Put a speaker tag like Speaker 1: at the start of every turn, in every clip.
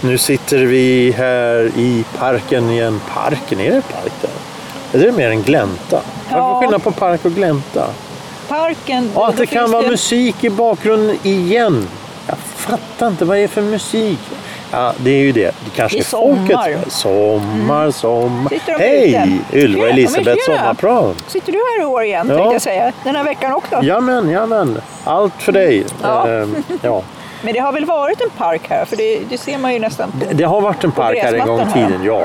Speaker 1: Nu sitter vi här i parken igen. Parken, är det park där? Eller är det mer en glänta? Vad är
Speaker 2: Ja.
Speaker 1: skillnaden på park och glänta?
Speaker 2: Parken...
Speaker 1: Ja,
Speaker 2: då
Speaker 1: att det
Speaker 2: finns
Speaker 1: kan vara musik i bakgrunden igen. Jag fattar inte, vad är det för musik? Ja, det är ju det. Det kanske
Speaker 2: Det
Speaker 1: är
Speaker 2: är sommar. Mm.
Speaker 1: folket. Sommar, sommar.
Speaker 2: Sitter de
Speaker 1: Hej!
Speaker 2: ute?
Speaker 1: Ylva
Speaker 2: Tjena, men
Speaker 1: Elisabeth
Speaker 2: tjena.
Speaker 1: Sommarprat.
Speaker 2: Sitter du här i år igen,
Speaker 1: Ja.
Speaker 2: tänkte jag säga. Den här veckan också.
Speaker 1: Jamen, jamen. Allt för dig.
Speaker 2: Ja.
Speaker 1: Ehm, ja.
Speaker 2: Men det har väl varit en park här? För det, det ser man ju nästan på...
Speaker 1: Det har varit en park här en gång i
Speaker 2: gräsmattan här. Mm.
Speaker 1: tiden, ja.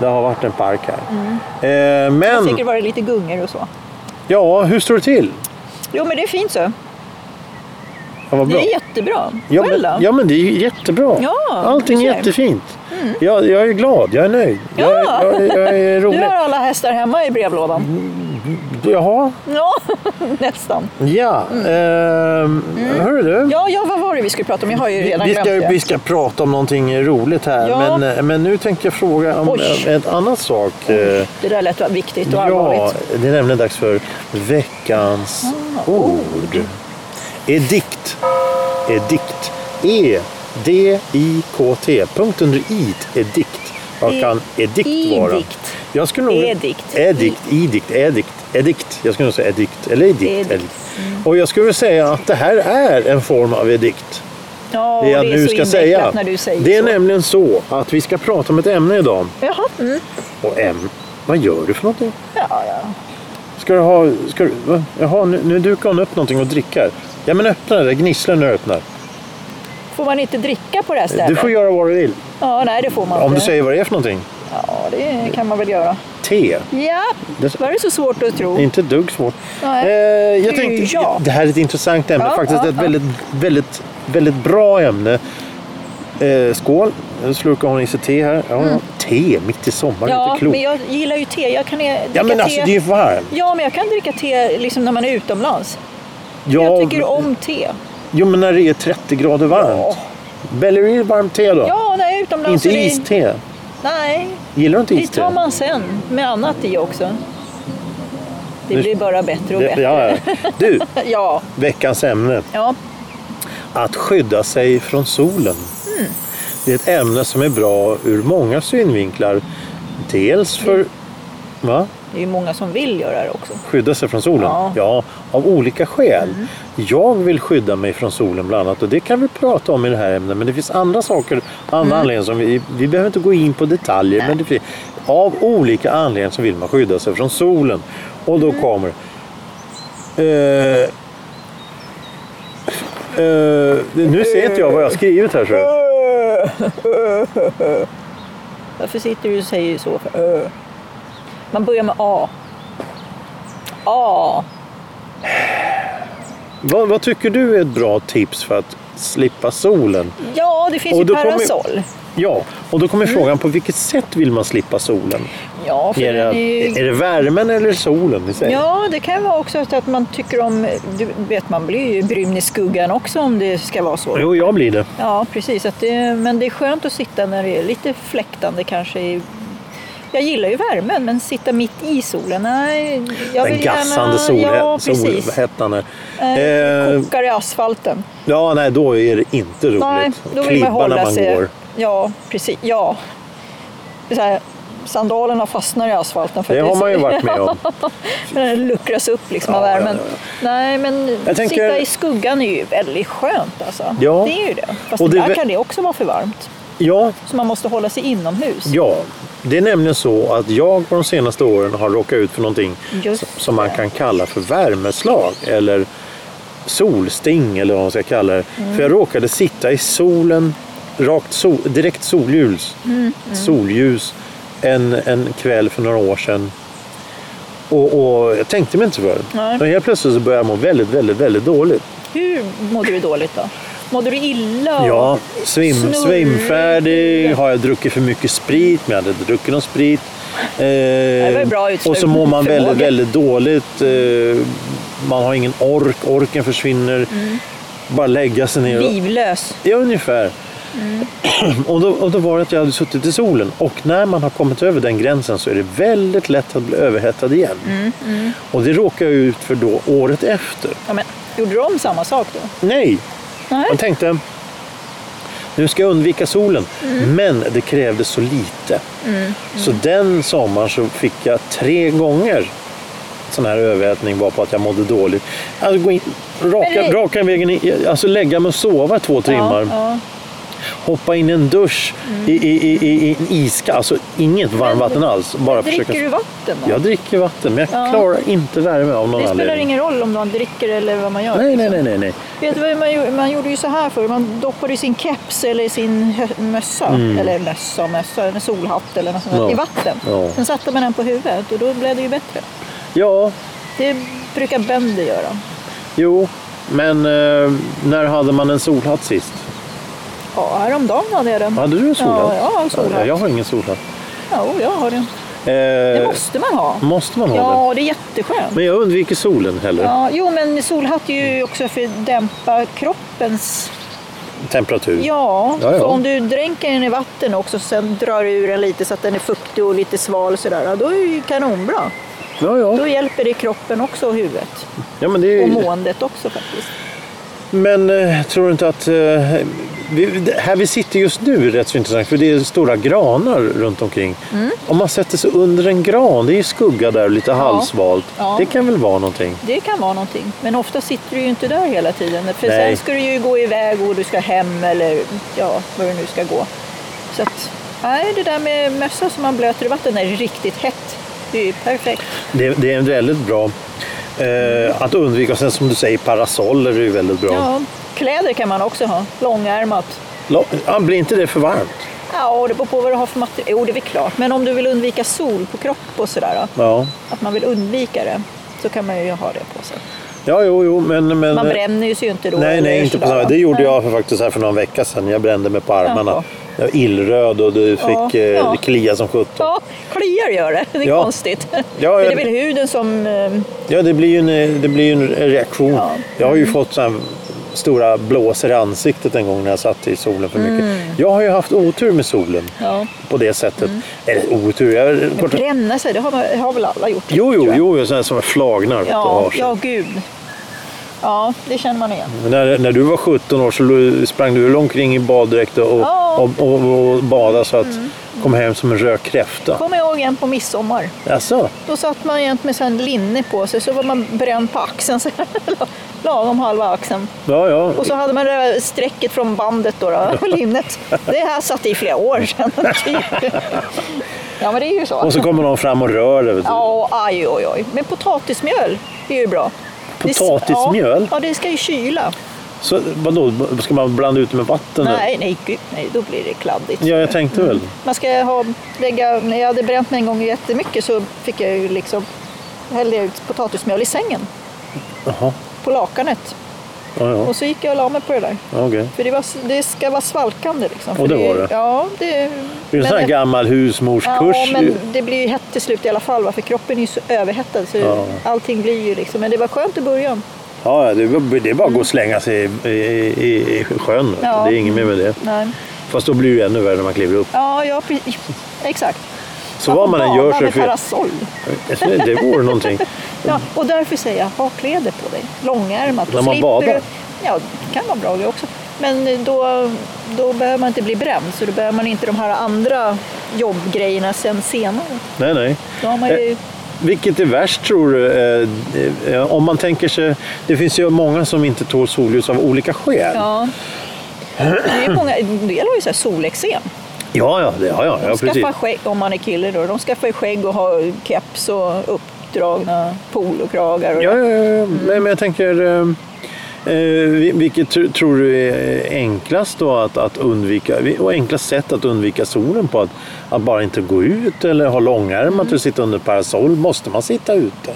Speaker 1: Det har varit en park här. Eh,
Speaker 2: Det har
Speaker 1: men,
Speaker 2: säkert varit lite gungor och så.
Speaker 1: ja, hur står det till?
Speaker 2: Jo, men det är fint så.
Speaker 1: Ja, vad
Speaker 2: Det
Speaker 1: bra.
Speaker 2: är jättebra.
Speaker 1: Ja
Speaker 2: Själv
Speaker 1: men,
Speaker 2: då?
Speaker 1: ja, men det är ju jättebra.
Speaker 2: Ja,
Speaker 1: Allting är
Speaker 2: du ser.
Speaker 1: jättefint. Jag, jag är glad, jag är nöjd.
Speaker 2: Ja.
Speaker 1: Jag, jag, jag är
Speaker 2: Du
Speaker 1: rolig.
Speaker 2: har alla hästar hemma i
Speaker 1: Mm.
Speaker 2: brevlådan?
Speaker 1: Jaha,
Speaker 2: Ja, nästan.
Speaker 1: ja.
Speaker 2: Mm.
Speaker 1: Ehm, Hörru du.
Speaker 2: Ja, ja, vad var det vi skulle prata om? Jag har ju
Speaker 1: Vi-
Speaker 2: Mm. redan
Speaker 1: Vi ska,
Speaker 2: glömt det.
Speaker 1: vi ska prata om någonting roligt här,
Speaker 2: Ja.
Speaker 1: men, eh, men nu tänkte jag fråga om
Speaker 2: Oj.
Speaker 1: en annan sak. Eh,
Speaker 2: Det där lät viktigt och
Speaker 1: Ja,
Speaker 2: allvarligt. Ah,
Speaker 1: det är nämligen dags för veckans ord. Edikt. Edikt. E. D. I. K. T. Punkt under i. Edikt. Vad
Speaker 2: E-
Speaker 1: kan edikt vara?
Speaker 2: idikt.
Speaker 1: Jag skulle nog...
Speaker 2: Edikt.
Speaker 1: Edikt. Idikt. Edikt. Edikt. Jag skulle nog säga edikt. Eller edikt.
Speaker 2: Edikt.
Speaker 1: edikt. Och jag skulle säga att det här är en form av edikt.
Speaker 2: Ja, och
Speaker 1: Det jag
Speaker 2: det är
Speaker 1: nu
Speaker 2: så
Speaker 1: ska
Speaker 2: invecklat
Speaker 1: säga.
Speaker 2: när du säger
Speaker 1: det är
Speaker 2: så.
Speaker 1: nämligen så att vi ska prata om ett ämne idag.
Speaker 2: Jaha. Mm.
Speaker 1: Och äm... Vad gör du för någonting?
Speaker 2: Ja, ja.
Speaker 1: Ska du ha... Ska du, va? jaha, nu, nu dukar hon upp någonting och dricker. Ja, men öppna det. där. Gnissla när du öppnar.
Speaker 2: Får man inte dricka på det här stället?
Speaker 1: Du får göra vad du vill.
Speaker 2: Ja, nej, det får man
Speaker 1: Om
Speaker 2: inte.
Speaker 1: du säger vad det är för någonting.
Speaker 2: Ja, det kan man väl göra.
Speaker 1: Te.
Speaker 2: Ja,
Speaker 1: Det-
Speaker 2: var det så svårt att tro?
Speaker 1: Det är inte ett dugg svårt.
Speaker 2: Nej.
Speaker 1: Eh, jag
Speaker 2: Det är ju
Speaker 1: tänkte,
Speaker 2: jag.
Speaker 1: Det här är ett intressant ämne.
Speaker 2: Ja,
Speaker 1: Faktiskt
Speaker 2: ja,
Speaker 1: ett
Speaker 2: ja.
Speaker 1: väldigt, väldigt, väldigt bra ämne. Eh, skål. Nu slurkar hon i sig te här. Ja, Te mitt i sommaren.
Speaker 2: Mm. Ja,
Speaker 1: inte klokt.
Speaker 2: men jag gillar ju te. Jag kan eh, dricka
Speaker 1: ja, men
Speaker 2: te.
Speaker 1: alltså det är ju varmt.
Speaker 2: Ja, men jag kan dricka te liksom när man är utomlands.
Speaker 1: Ja,
Speaker 2: Jag tycker om te.
Speaker 1: Jo, men när det är 30 grader varmt.
Speaker 2: Ja.
Speaker 1: Belleryl varmt te då?
Speaker 2: Ja, när jag är utomlands
Speaker 1: inte
Speaker 2: så det är-
Speaker 1: iste.
Speaker 2: Nej,
Speaker 1: Gillar du inte
Speaker 2: det
Speaker 1: iste?
Speaker 2: tar man sen med annat i också. Det
Speaker 1: Nu-
Speaker 2: blir bara bättre och
Speaker 1: Ja,
Speaker 2: bättre.
Speaker 1: ja. Du,
Speaker 2: Ja,
Speaker 1: veckans ämne.
Speaker 2: ja.
Speaker 1: Att skydda sig från solen. Det är ett ämne som är bra ur många synvinklar. Dels för... Va?
Speaker 2: Det är ju många som vill göra det också.
Speaker 1: Skydda sig från solen?
Speaker 2: Ja.
Speaker 1: av olika skäl. Jag vill skydda mig från solen bland annat och det kan vi prata om i det här ämnet. Men det finns andra saker, andra anledningar som vi, vi behöver inte gå in på detaljer. Men det, finns- av olika anledningar så vill man skydda sig från solen. Och då kommer eh, eh, nu ser inte jag vad jag har skrivit här. Så.
Speaker 2: Varför sitter du och säger så? För? Ö. Man börjar med A. A.
Speaker 1: Vad, vad tycker du är ett bra tips för att slippa solen?
Speaker 2: Ja, det finns
Speaker 1: Och
Speaker 2: ju
Speaker 1: då kommer-
Speaker 2: parasoll.
Speaker 1: Ja, och då kommer frågan på vilket sätt vill man slippa solen?
Speaker 2: Ja, för
Speaker 1: Är det,
Speaker 2: den är ju...
Speaker 1: är det värmen eller solen i sig?
Speaker 2: Ja, det kan vara också att man tycker om... Du vet, man blir ju brun i skuggan också om det ska vara så.
Speaker 1: Jo, jag blir det.
Speaker 2: Ja, precis. Att det, men det är skönt att sitta när det är lite fläktande kanske. I, jag gillar ju värmen, men sitta mitt i solen? Nej, jag
Speaker 1: Den
Speaker 2: vill
Speaker 1: gassande
Speaker 2: gärna...
Speaker 1: solhä-
Speaker 2: Ja, precis.
Speaker 1: solhettan. här.
Speaker 2: Eh,
Speaker 1: Eh,
Speaker 2: kokar i asfalten.
Speaker 1: ja, nej, då är det inte roligt.
Speaker 2: Nej, då vill
Speaker 1: Klibba
Speaker 2: man hålla
Speaker 1: när man
Speaker 2: sig...
Speaker 1: går.
Speaker 2: Ja, precis. Ja. Det är Så här, sandalerna fastnar i asfalten. För
Speaker 1: Det
Speaker 2: att
Speaker 1: har
Speaker 2: är
Speaker 1: man ju
Speaker 2: så-
Speaker 1: varit med om.
Speaker 2: Den luckras upp liksom av
Speaker 1: Ja, ja,
Speaker 2: värmen.
Speaker 1: ja,
Speaker 2: Nej, men
Speaker 1: Jag tänker-
Speaker 2: sitta i skuggan är ju väldigt skönt alltså.
Speaker 1: Ja.
Speaker 2: Det är ju det. Fast
Speaker 1: Och det-
Speaker 2: ibland kan det också vara för varmt.
Speaker 1: Ja,
Speaker 2: Så man måste hålla sig inomhus.
Speaker 1: ja, det är nämligen så att jag på de senaste åren har råkat ut för någonting
Speaker 2: Just
Speaker 1: s- som man kan kalla för värmeslag eller solsting eller vad man ska kalla det.
Speaker 2: Mm.
Speaker 1: För jag råkade sitta i solen, rakt sol, direkt solljus,
Speaker 2: Mm,
Speaker 1: solljus en, en kväll för några år sedan. Och, och jag tänkte mig inte för.
Speaker 2: Nej.
Speaker 1: Men helt plötsligt så började jag må väldigt, väldigt, väldigt dåligt.
Speaker 2: Hur mådde du dåligt då? Mådde du illa?
Speaker 1: Ja, svim,
Speaker 2: Snurrig.
Speaker 1: svimfärdig. Har jag druckit för mycket sprit? Men jag hade inte druckit någon sprit. Eh,
Speaker 2: var ju bra
Speaker 1: och så
Speaker 2: utslut-
Speaker 1: mår man väldigt,
Speaker 2: förmåga. Mm.
Speaker 1: väldigt dåligt. Eh, man har ingen ork. Orken försvinner. bara lägga sig ner. Och,
Speaker 2: Livlös.
Speaker 1: ja, ungefär.
Speaker 2: Mm.
Speaker 1: Och, då, och då var det att jag hade suttit i solen. Och när man har kommit över den gränsen så är det väldigt lätt att bli överhettad igen.
Speaker 2: Mm,
Speaker 1: Och det råkade jag ut för då året efter.
Speaker 2: Ja, men, gjorde de samma sak då?
Speaker 1: Nej,
Speaker 2: Nej.
Speaker 1: man tänkte nu ska jag undvika solen.
Speaker 2: Mm.
Speaker 1: Men det krävdes så lite. Så den sommaren så fick jag tre gånger sån här överhettning bara på att jag mådde dåligt. Alltså gå in, raka,
Speaker 2: Men det-
Speaker 1: raka vägen in, alltså lägga mig och sova i två timmar.
Speaker 2: Ja, Mm.
Speaker 1: Hoppa in i en dusch i, i, i, i, i en iska. Alltså inget varmvatten alls. Bara
Speaker 2: ja. Dricker
Speaker 1: försöka...
Speaker 2: du vatten då?
Speaker 1: Jag dricker vatten men jag
Speaker 2: Ja.
Speaker 1: klarar inte värme av någon
Speaker 2: det spelar
Speaker 1: anledning.
Speaker 2: ingen roll om man dricker eller vad man gör. liksom.
Speaker 1: Nej, nej, nej, nej, nej.
Speaker 2: Vet du vad man gjorde? Man gjorde ju så här förr. Man doppade ju sin keps eller sin hö- mössa, eller mössa och mössa, en solhatt eller något sånt där,
Speaker 1: Mm. Ja.
Speaker 2: i vatten.
Speaker 1: Ja.
Speaker 2: Sen satte man den på huvudet och då blev det ju bättre.
Speaker 1: Ja,
Speaker 2: Det brukar bönder göra.
Speaker 1: Jo, men eh, när hade man en solhatt sist?
Speaker 2: Ja, häromdagen hade jag den.
Speaker 1: Hade du en solhatt?
Speaker 2: Ja, jag har en solhatt.
Speaker 1: Ja, Jag har ingen solhatt.
Speaker 2: Ja, jo, jag har den.
Speaker 1: Eh,
Speaker 2: Det måste man ha.
Speaker 1: måste man ha det?
Speaker 2: Ja, det är jätteskönt.
Speaker 1: Men jag undviker solen heller.
Speaker 2: Ja, jo, men solhatt är ju också för att dämpa kroppens...
Speaker 1: Temperatur.
Speaker 2: Ja,
Speaker 1: Ja, ja.
Speaker 2: för om du dränker den i vatten också och sen drar du ur den lite så att den är fuktig och lite sval sådär, ja, då är det ju kanonbra.
Speaker 1: ja.
Speaker 2: Då
Speaker 1: ja.
Speaker 2: hjälper det kroppen också och huvudet.
Speaker 1: ja men det
Speaker 2: Och
Speaker 1: är...
Speaker 2: måendet också faktiskt.
Speaker 1: Men eh, tror du inte att... Eh, vi, det- här vi sitter just nu är rätt så intressant för det är stora granar runt omkring.
Speaker 2: Mm.
Speaker 1: Om man sätter sig under en gran, det är ju skugga där och lite halvsvalt.
Speaker 2: Ja.
Speaker 1: Det kan väl vara någonting?
Speaker 2: Det kan vara någonting. Men ofta sitter du ju inte där hela tiden. För
Speaker 1: Nej.
Speaker 2: sen ska du ju gå iväg och du ska hem eller ja, vad du nu ska gå. Så att, nej, det där med mössa som man blöter i vatten när det är riktigt hett. Det är ju perfekt.
Speaker 1: Det, det är väldigt bra eh, att undvika. Och sen som du säger, parasoller är ju väldigt bra.
Speaker 2: Ja. Kläder kan man också ha. Långärmat.
Speaker 1: La- Ja, blir inte det för varmt?
Speaker 2: Ja, det beror på vad du har för material. Jo, det är väl klart. Men om du vill undvika sol på kropp och sådär. då,
Speaker 1: Ja,
Speaker 2: Att man vill undvika det. Så kan man ju ha det på sig.
Speaker 1: ja jo, jo, men... men
Speaker 2: Man bränner ju sig ju inte då.
Speaker 1: nej,
Speaker 2: eller
Speaker 1: nej, inte på
Speaker 2: sådär,
Speaker 1: samma.
Speaker 2: va?
Speaker 1: Det gjorde
Speaker 2: Nej.
Speaker 1: jag för faktiskt här för någon vecka sedan. Jag brände mig på armarna.
Speaker 2: Jaha.
Speaker 1: Jag var illröd och du fick
Speaker 2: Ja,
Speaker 1: eh,
Speaker 2: ja.
Speaker 1: det klia som sjutton.
Speaker 2: Ja, kliar gör det. Det är
Speaker 1: Ja.
Speaker 2: konstigt.
Speaker 1: Ja,
Speaker 2: Men
Speaker 1: jag-
Speaker 2: det är väl huden som... eh,
Speaker 1: Ja, det blir ju en, eh, det blir ju en reaktion.
Speaker 2: Ja.
Speaker 1: Jag har ju fått så här stora blåsor i ansiktet en gång när jag satt i solen för mycket. Jag har ju haft otur med solen
Speaker 2: Mm. Ja. Mm.
Speaker 1: på det sättet. Eller otur, jag är kort...
Speaker 2: Bränna sig, det har, man- har väl alla gjort?
Speaker 1: Jo,
Speaker 2: tror
Speaker 1: jo,
Speaker 2: jag.
Speaker 1: jo, jo, sådana här som flagnar. och
Speaker 2: Ja,
Speaker 1: har sig.
Speaker 2: ja, gud. Ja, det känner man igen.
Speaker 1: Men När, när du var 17 år så lo- sprang du väl omkring i baddräkt och,
Speaker 2: Ja. Mm.
Speaker 1: och, och, och badade så att kom hem som en röd kräfta.
Speaker 2: Kommer jag ihåg en på midsommar.
Speaker 1: Jaså?
Speaker 2: Då satt man jämt med sån linne på sig, så var man bränd på axeln. Så här, lagom halva axeln.
Speaker 1: Ja, ja.
Speaker 2: Och så hade man det där strecket från bandet då, då linnet. Det här satt i flera år sedan. Typ. Ja, men det är ju så.
Speaker 1: Och så kommer någon fram och rör dig. vet du.
Speaker 2: Ja, aj, oj, oj. Men potatismjöl är ju bra. Det-
Speaker 1: Potatismjöl?
Speaker 2: Ja, ja, det ska ju kyla.
Speaker 1: Så vadå, ska man blanda ut med vatten? eller?
Speaker 2: Nej, nej, gud, nej, då blir det kladdigt.
Speaker 1: Ja, jag tänkte väl.
Speaker 2: Man ska ha, lägga, när jag hade bränt mig en gång jättemycket så fick jag ju liksom hällde jag ut potatismjöl i sängen,
Speaker 1: Jaha,
Speaker 2: på lakanet.
Speaker 1: ja, ja.
Speaker 2: Och så gick jag och la mig på det där.
Speaker 1: ja okej.
Speaker 2: För det, var, det ska vara svalkande liksom. För
Speaker 1: Och det var det?
Speaker 2: Ja, det...
Speaker 1: Det är en sån här
Speaker 2: men-
Speaker 1: gammal husmorskurs.
Speaker 2: Ja, men det blir ju hett till slut i alla fall va? för kroppen är ju så överhettad så
Speaker 1: Ja.
Speaker 2: allting blir ju liksom... Men det var skönt i början.
Speaker 1: Ja, ja, det, är- det är bara att gå och slänga sig i, i, i, i sjön. vet du.
Speaker 2: Mm. Ja.
Speaker 1: Det är inget mer med det.
Speaker 2: Nej.
Speaker 1: Fast då blir det ju ännu värre när man kliver upp.
Speaker 2: Ja, ja precis. exakt.
Speaker 1: Så vad man än gör så är det
Speaker 2: det
Speaker 1: fel.
Speaker 2: parasoll.
Speaker 1: Det vore någonting.
Speaker 2: Ja, och därför säger jag, ha kläder på dig. Långärmat. Då
Speaker 1: När man
Speaker 2: slipper
Speaker 1: badar?
Speaker 2: Du, ja, det kan vara bra det också. Men då, då behöver man inte bli bränd, så då behöver man inte de här andra jobbgrejerna sen senare.
Speaker 1: Nej, nej.
Speaker 2: Då har man
Speaker 1: Eh.
Speaker 2: ju...
Speaker 1: Vilket är värst tror du? Eh, eh, Om man tänker sig, det finns ju många som inte tål solljus av olika skäl. Ja,
Speaker 2: Ja. Det är ju många, en del har ju så här solexem.
Speaker 1: ja, ja, det- ja, ja, ja
Speaker 2: De
Speaker 1: precis.
Speaker 2: skaffar skägg, om man är kille då, de skaffar ju skägg och har keps och uppdragna polokragar. Och
Speaker 1: Ja, ja, ja, ja. Men, men jag tänker, eh, eh, vi- vilket tr- tror du är enklast då att, att undvika? vi- Och enklast sätt att undvika solen på? Att, att bara inte gå ut eller ha långärmat och sitta under parasoll? Måste man sitta ute?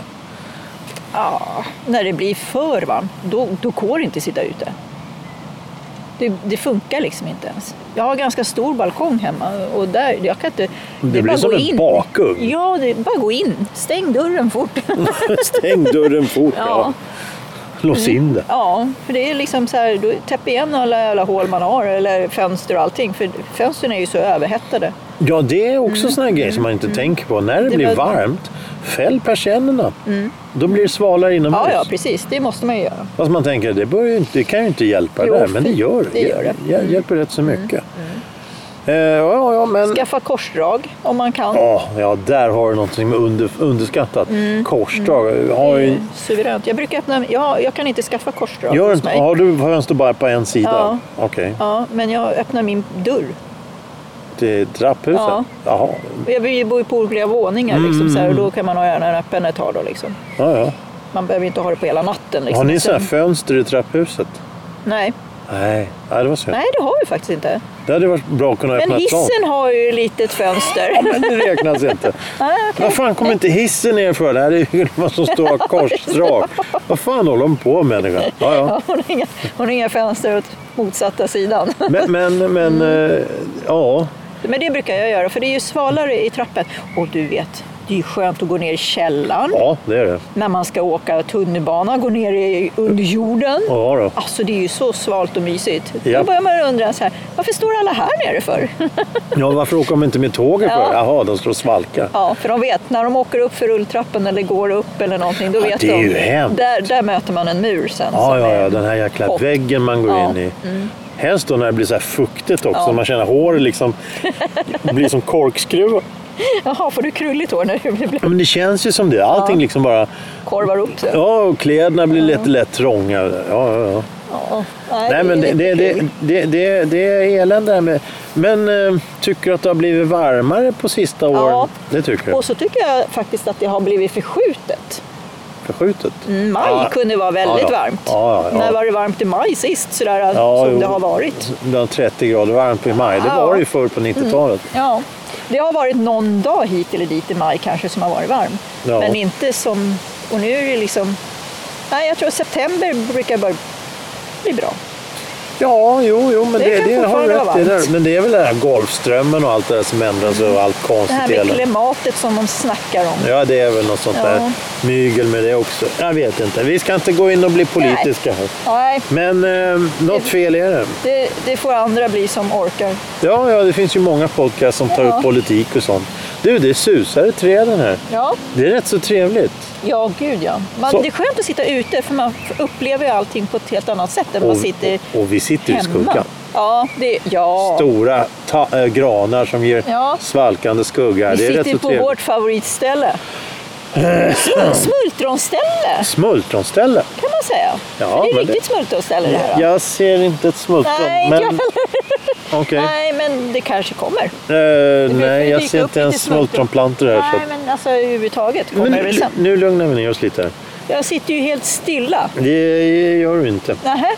Speaker 2: Ja, när det blir för varmt, då, då går det inte att sitta ute. Det, det funkar liksom inte ens. Jag har ganska stor balkong hemma och där, jag kan inte...
Speaker 1: Det
Speaker 2: är
Speaker 1: blir
Speaker 2: bara
Speaker 1: som
Speaker 2: gå
Speaker 1: en
Speaker 2: in.
Speaker 1: bakugn.
Speaker 2: Ja, det är bara gå in. Stäng dörren fort.
Speaker 1: Stäng dörren fort.
Speaker 2: Ja.
Speaker 1: lås in det.
Speaker 2: Ja, för det är liksom så här, då täpp igen alla jävla hål man har eller fönster och allting. För fönstren är ju så överhettade.
Speaker 1: Ja, det är också mm. såna här grejer som man inte tänker på. När det,
Speaker 2: Det
Speaker 1: blir
Speaker 2: var- Mm.
Speaker 1: varmt, fäll persiennerna. Då blir det svalare inomhus.
Speaker 2: Ja, ja, precis. Det måste man ju göra.
Speaker 1: Fast man tänker, det, bör ju inte, det kan ju inte hjälpa
Speaker 2: Jo,
Speaker 1: där, men det
Speaker 2: fy,
Speaker 1: gör
Speaker 2: det Mm. gör det.
Speaker 1: Hjä- hjälper rätt så mycket. Eh, ja, ja, men...
Speaker 2: Skaffa korsdrag om man kan.
Speaker 1: Ja, ja, där har du någonting med under, underskattat.
Speaker 2: Mm.
Speaker 1: Korsdrag. Har, ju-
Speaker 2: Suveränt. Jag brukar öppna, jag, jag kan inte skaffa korsdrag
Speaker 1: gör
Speaker 2: hos
Speaker 1: inte,
Speaker 2: mig.
Speaker 1: har du fönster bara på en sida?
Speaker 2: Ja.
Speaker 1: Okej.
Speaker 2: Ja, men jag öppnar min dörr.
Speaker 1: Det är trapphuset?
Speaker 2: Ja.
Speaker 1: Jaha.
Speaker 2: Jag bor ju- bor ju på olika våningar liksom, så här, och
Speaker 1: Mm.
Speaker 2: då kan man ha gärna den öppen ett tag. Då, liksom.
Speaker 1: Ja, ja.
Speaker 2: Man behöver inte ha det på hela natten. Liksom.
Speaker 1: Har ni
Speaker 2: Sen-
Speaker 1: sådana här fönster i trapphuset?
Speaker 2: Nej.
Speaker 1: Nej, Nej det var synd.
Speaker 2: Nej, det har vi faktiskt inte.
Speaker 1: Det hade varit bra att kunna
Speaker 2: Men
Speaker 1: öppna ett sånt.
Speaker 2: hissen har ju ett litet fönster.
Speaker 1: Men det räknas inte.
Speaker 2: Nej,
Speaker 1: Vad fan kommer inte hissen ner för? Det här är ju man som står korsdrag. Vad fan håller de på med människan? Ja, ja.
Speaker 2: Hon har, inga, hon har inga fönster åt motsatta sidan.
Speaker 1: Men, men, men
Speaker 2: Mm.
Speaker 1: eh, ja.
Speaker 2: Men det brukar jag göra, för det är ju svalare i trappen. Och du vet, det är ju skönt att gå ner i källaren
Speaker 1: Ja, det är det.
Speaker 2: när man ska åka tunnelbana, gå ner i, under jorden.
Speaker 1: Ja, då.
Speaker 2: Alltså det är ju så svalt och mysigt.
Speaker 1: Ja.
Speaker 2: Då börjar man undra så här, varför står alla här nere för?
Speaker 1: ja varför åker de inte med tåget för?
Speaker 2: Ja.
Speaker 1: Jaha, de står och svalkar.
Speaker 2: Ja, för de vet, när de åker upp för rulltrappen eller går upp eller någonting, då vet
Speaker 1: det är
Speaker 2: de.
Speaker 1: ju hemskt.
Speaker 2: Där, där möter man en mur sen.
Speaker 1: Ja,
Speaker 2: som
Speaker 1: ja,
Speaker 2: är-
Speaker 1: ja, den här jäkla
Speaker 2: Och-
Speaker 1: väggen man går
Speaker 2: Ja, Mm.
Speaker 1: in i. Helst då när det blir så här fuktigt också,
Speaker 2: Ja.
Speaker 1: man känner håret liksom blir som korkskruv.
Speaker 2: Jaha, får du krulligt hår nu? Det blir-
Speaker 1: Ja, men det känns ju som det. Allting liksom bara...
Speaker 2: Korvar upp sig.
Speaker 1: Ja, och kläderna blir lätt, lätt trånga. Ja, ja, ja.
Speaker 2: Ja.
Speaker 1: Nej, men det,
Speaker 2: är
Speaker 1: det,
Speaker 2: riktigt
Speaker 1: det, det, det, det är elände här med... Men eh, tycker du att det har blivit varmare på sista åren? Det tycker jag.
Speaker 2: Och så tycker jag faktiskt att det har blivit förskjutet.
Speaker 1: Förskjutet.
Speaker 2: Mm, Maj
Speaker 1: Ja.
Speaker 2: kunde vara väldigt
Speaker 1: Ja, ja.
Speaker 2: varmt.
Speaker 1: Ja, ja, ja.
Speaker 2: När var det varmt i maj sist sådär
Speaker 1: Ja,
Speaker 2: som
Speaker 1: jo.
Speaker 2: det har varit?
Speaker 1: Det var 30 grader varmt i maj. Det
Speaker 2: Ja. Mm.
Speaker 1: var det ju förr på 90-talet.
Speaker 2: Ja, det har varit någon dag hit eller dit i maj kanske som har varit varm.
Speaker 1: Ja.
Speaker 2: Men inte som, och nu är det liksom, nej jag tror september brukar bara bli bra.
Speaker 1: Ja, jo, jo, men det,
Speaker 2: Det
Speaker 1: det,
Speaker 2: kan
Speaker 1: har du
Speaker 2: fortfarande
Speaker 1: rätt
Speaker 2: vara
Speaker 1: i.
Speaker 2: varmt.
Speaker 1: där. Men det är väl den här Golfströmmen och allt det där som ändras och allt
Speaker 2: Det
Speaker 1: konstigt.
Speaker 2: här
Speaker 1: i
Speaker 2: med
Speaker 1: hela-
Speaker 2: klimatet som de snackar om.
Speaker 1: Ja, det är väl något sånt
Speaker 2: Ja.
Speaker 1: där mygel med det också. Jag vet inte. Vi ska inte gå in och bli politiska här.
Speaker 2: Nej,
Speaker 1: Men eh, något fel är det.
Speaker 2: det, det får andra bli som orkar.
Speaker 1: Ja, ja, det finns ju många podcast som tar
Speaker 2: Ja.
Speaker 1: upp politik och sånt. Du, det susar i träden här.
Speaker 2: Ja,
Speaker 1: Det är rätt så trevligt.
Speaker 2: ja gud ja. Man,
Speaker 1: Så-
Speaker 2: det är skönt att sitta ute för man upplever ju allting på ett helt annat sätt än man
Speaker 1: Och,
Speaker 2: sitter
Speaker 1: och, och vi sitter i
Speaker 2: hemma.
Speaker 1: skuggan.
Speaker 2: Ja, det, ja.
Speaker 1: Stora ta- äh, granar som ger
Speaker 2: Ja.
Speaker 1: svalkande skugga.
Speaker 2: Vi
Speaker 1: det är rätt så
Speaker 2: sitter ju på
Speaker 1: trevligt.
Speaker 2: vårt favoritställe. Smul- Smultronställe
Speaker 1: Smultronställe.
Speaker 2: kan man säga.
Speaker 1: Ja,
Speaker 2: För det är
Speaker 1: men
Speaker 2: riktigt smultronställe det här.
Speaker 1: Jag ser inte ett smultron.
Speaker 2: Nej,
Speaker 1: men...
Speaker 2: inte jag heller.
Speaker 1: Okej.
Speaker 2: Nej, men det kanske kommer.
Speaker 1: Eh,
Speaker 2: brukar
Speaker 1: nej,
Speaker 2: ju
Speaker 1: jag
Speaker 2: dyka
Speaker 1: ser
Speaker 2: upp
Speaker 1: inte ens
Speaker 2: lite smultron.
Speaker 1: smultronplantor här. Så
Speaker 2: Nej,
Speaker 1: att...
Speaker 2: men alltså överhuvudtaget kommer
Speaker 1: Men
Speaker 2: det väl
Speaker 1: nu,
Speaker 2: sen.
Speaker 1: nu lugnar vi ner oss lite. här.
Speaker 2: Jag sitter ju helt stilla.
Speaker 1: Det gör du inte.
Speaker 2: Nähä.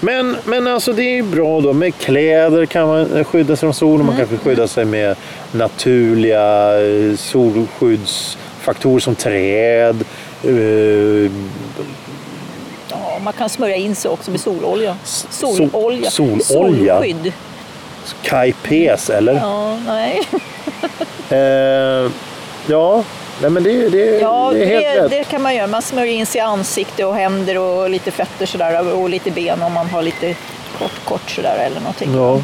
Speaker 1: Men, men alltså det är ju bra då. Med kläder kan man skydda sig från solen. Man
Speaker 2: Mm.
Speaker 1: kan skydda sig med naturliga eh, solskyddsfaktorer som träd. eh,
Speaker 2: Ja, man kan smörja in sig också med sololja.
Speaker 1: sol-
Speaker 2: Sololja.
Speaker 1: sololja.
Speaker 2: Solskydd.
Speaker 1: Kajpes eller? Ja,
Speaker 2: Ja, nej.
Speaker 1: eh, ja. Nej, men det, det,
Speaker 2: Ja,
Speaker 1: det är helt
Speaker 2: det,
Speaker 1: rätt.
Speaker 2: det kan man göra. Man smörjer in sig i ansikte och händer och lite fötter sådär och lite ben om man har lite kort, kort sådär eller någonting.
Speaker 1: Ja.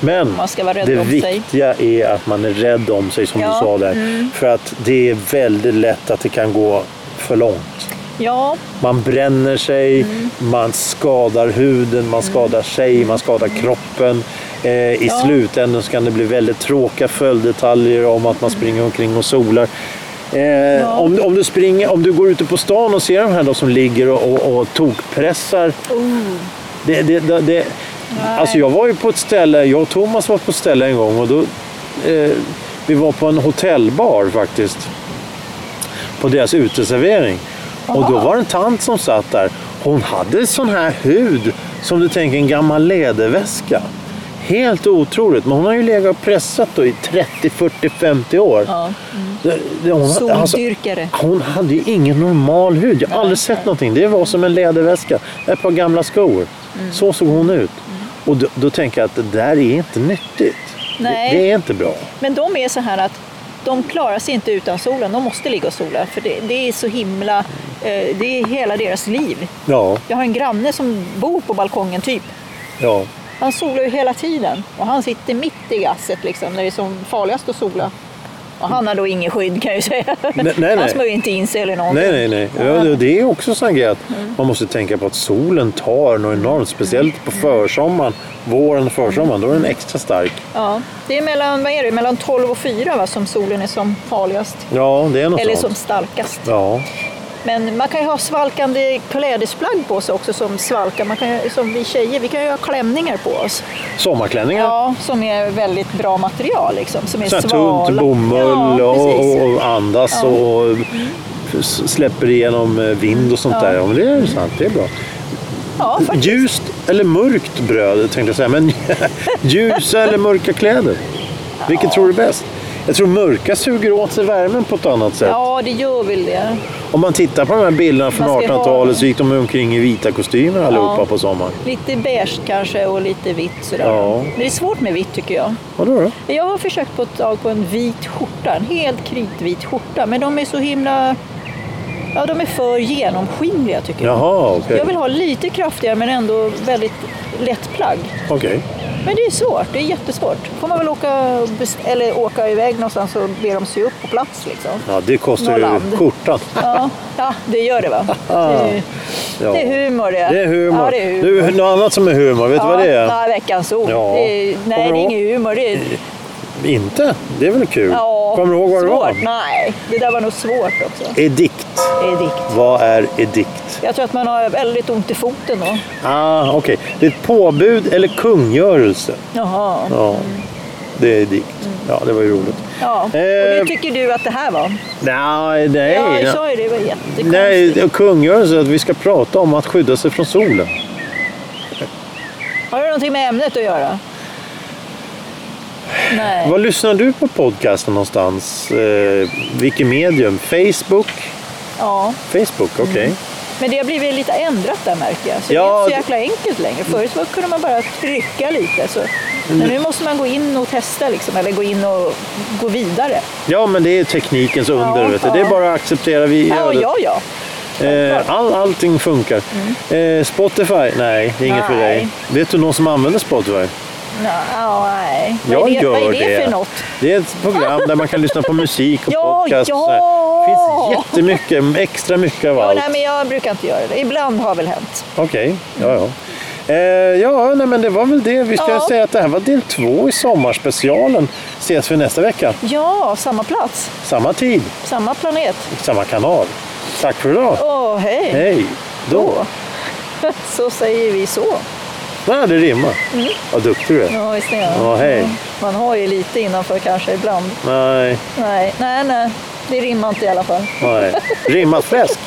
Speaker 1: Men
Speaker 2: Man ska vara rädd
Speaker 1: det
Speaker 2: om sig.
Speaker 1: viktiga är att man är rädd om sig som
Speaker 2: Ja, Mm.
Speaker 1: du sa där. För att det är väldigt lätt att det kan gå för långt.
Speaker 2: Ja,
Speaker 1: Man bränner sig, man skadar huden, man skadar sig, man skadar kroppen. Eh, I
Speaker 2: Ja.
Speaker 1: slutändan så kan det bli väldigt tråkiga följddetaljer om att man springer omkring och solar. Eh, om, om, du springer, om du går ute på stan och ser de här då som ligger och, och, och tokpressar. Det, det, det, det, alltså jag var ju på ett ställe, jag och Thomas var på ett ställe en gång och då, eh, vi var på en hotellbar faktiskt på deras uteservering. Och då var det en tant som satt där. Hon hade sån här hud som du tänker en gammal läderväska. Helt otroligt. Men hon har ju legat och pressat då i 30, 40, 50 år.
Speaker 2: ja.
Speaker 1: Det- det- Hon, alltså,
Speaker 2: soldyrkare.
Speaker 1: hon hade ju ingen normal hud. Jag har aldrig sett någonting. Det var som en läderväska. Ett par gamla skor.
Speaker 2: Mm.
Speaker 1: Så såg hon ut. Och då, då tänker jag att det där är inte nyttigt.
Speaker 2: Nej.
Speaker 1: Det, det är inte bra.
Speaker 2: Men de är så här att de klarar sig inte utan solen. De måste ligga och sola för det, det är så himla Eh, Det är hela deras liv.
Speaker 1: Ja,
Speaker 2: Jag har en granne som bor på balkongen typ.
Speaker 1: ja.
Speaker 2: Han solar ju hela tiden och han sitter mitt i gasset liksom, när det är som farligast att sola. Och han har då ingen skydd kan jag ju säga.
Speaker 1: Nej, nej, nej.
Speaker 2: Han smörjer inte in sig eller någonting.
Speaker 1: Nej, nej, nej. Ja, det- det är också en sån grej att man måste tänka på att solen tar något enormt. Speciellt på försommaren, våren och försommaren, då är den extra stark.
Speaker 2: Ja, det är mellan, vad är det, mellan 12 och 4 va, som solen är som farligast.
Speaker 1: Ja, det är något
Speaker 2: Eller
Speaker 1: sånt.
Speaker 2: som starkast.
Speaker 1: Ja,
Speaker 2: Men man kan ju ha svalkande klädesplagg på sig också som svalkar. Man kan, ju- som vi tjejer, vi kan ju ha klänningar på oss.
Speaker 1: sommarklänningar.
Speaker 2: Ja, som är väldigt bra material liksom. Som är
Speaker 1: Sånt här
Speaker 2: svala.
Speaker 1: tunt bomull
Speaker 2: ja, precis.
Speaker 1: och, och andas
Speaker 2: Ja.
Speaker 1: och s- släpper igenom eh, vind och sånt
Speaker 2: Ja.
Speaker 1: där. Ja, men det är sant, det är bra.
Speaker 2: Ja, faktiskt.
Speaker 1: Ljust eller mörkt bröd tänkte jag säga, men ljusa eller mörka kläder? Vilket tror du är bäst? Jag tror mörka suger åt sig värmen på ett annat sätt.
Speaker 2: ja, det gör väl det.
Speaker 1: Om man tittar på de här bilderna från
Speaker 2: Man ska ha-
Speaker 1: 1800-talet så gick de omkring i vita kostymer allihopa
Speaker 2: Ja.
Speaker 1: på sommaren.
Speaker 2: Lite beige kanske och lite vitt sådär.
Speaker 1: Ja.
Speaker 2: Men det är svårt med vitt tycker jag.
Speaker 1: Vadå då?
Speaker 2: Jag har försökt på ett tag på en vit skjorta, en helt kritvit skjorta. Men de är så himla... Ja, de är för genomskinliga tycker jag.
Speaker 1: Jaha, okej.
Speaker 2: Jag vill ha lite kraftigare men ändå väldigt lätt plagg.
Speaker 1: Okej.
Speaker 2: Men det är svårt, det är jättesvårt. får man väl åka, och best- eller åka iväg någonstans och be dem sy upp på plats liksom.
Speaker 1: Ja, det kostar ju
Speaker 2: Norrland.
Speaker 1: skjortan.
Speaker 2: Ja, ja det gör det va? Det är,
Speaker 1: Ja.
Speaker 2: det är humor det.
Speaker 1: Det är humor.
Speaker 2: Ja, det är humor.
Speaker 1: Du, något annat som är humor, vet du vad det är?
Speaker 2: Ja, veckans ord.
Speaker 1: Ja.
Speaker 2: Det är, nej,
Speaker 1: Kommer
Speaker 2: det är
Speaker 1: du ihåg?
Speaker 2: ingen humor. Det är,
Speaker 1: Inte? Det är väl kul?
Speaker 2: ja,
Speaker 1: Kommer du ihåg vad det
Speaker 2: svårt.
Speaker 1: var?
Speaker 2: Nej, det där var nog svårt också.
Speaker 1: Edikt.
Speaker 2: Edikt.
Speaker 1: Vad är edikt?
Speaker 2: Jag tror att man har väldigt ont i foten då.
Speaker 1: Ah, okej. Det är ett påbud eller kungörelse.
Speaker 2: Jaha.
Speaker 1: Ja, det är edikt. Ja, det var ju roligt.
Speaker 2: Mm. Ja. Och
Speaker 1: Eh.
Speaker 2: det tycker du att det här var?
Speaker 1: Nej, nej.
Speaker 2: Ja, jag sa ju det, det var jättekonstigt.
Speaker 1: Nej, det är kungörelse att vi ska prata om att skydda sig från solen.
Speaker 2: Har det någonting med ämnet att göra? Nej.
Speaker 1: Var lyssnar du på podcasten någonstans? Eh, vilket medium? Facebook?
Speaker 2: Ja.
Speaker 1: Facebook, okej.
Speaker 2: Mm. Men det har blivit lite ändrat där märker jag. Så det
Speaker 1: Ja,
Speaker 2: är inte
Speaker 1: det-
Speaker 2: så jäkla enkelt längre. Förut var- kunde man bara trycka lite. Så. Men
Speaker 1: Mm.
Speaker 2: nu måste man gå in och testa liksom, eller gå in och gå vidare.
Speaker 1: Ja, men det är teknikens under.
Speaker 2: Ja,
Speaker 1: vet du. Det är
Speaker 2: ja.
Speaker 1: bara att acceptera. Vi
Speaker 2: Ja,
Speaker 1: gör det.
Speaker 2: ja, ja.
Speaker 1: Eh, all, allting funkar. Eh, Spotify? Nej, det är inget för
Speaker 2: Mm. Nej.
Speaker 1: dig. Vet du någon som använder Spotify?
Speaker 2: Nå, ja, nej.
Speaker 1: Jag
Speaker 2: vad är det,
Speaker 1: gör
Speaker 2: vad är det,
Speaker 1: det.
Speaker 2: för något?
Speaker 1: Det är ett program där man kan lyssna på musik och
Speaker 2: Ja,
Speaker 1: podcast. och
Speaker 2: ja.
Speaker 1: så här. Det finns jättemycket, extra mycket av
Speaker 2: Ja,
Speaker 1: allt.
Speaker 2: nej, men jag brukar inte göra det. Ibland har väl hänt.
Speaker 1: Okej, ja, ja. Eh, ja, nej, men det var väl det. Vi ska
Speaker 2: Ja.
Speaker 1: säga att det här var del två i sommarspecialen. Ses vi nästa vecka.
Speaker 2: Ja, samma plats,
Speaker 1: Samma tid,
Speaker 2: samma planet.
Speaker 1: samma kanal. Tack för idag.
Speaker 2: Åh, hej.
Speaker 1: Hej då.
Speaker 2: Då. Så säger vi så. Mm.
Speaker 1: Nej, det rimmar. Vad duktig du är.
Speaker 2: Ja, visst är det.
Speaker 1: Ja, hej.
Speaker 2: Man har ju lite innanför kanske ibland.
Speaker 1: Nej,
Speaker 2: Nej, nej, nej. Det rimmar inte i alla fall.
Speaker 1: nej. Rimmat fläsk.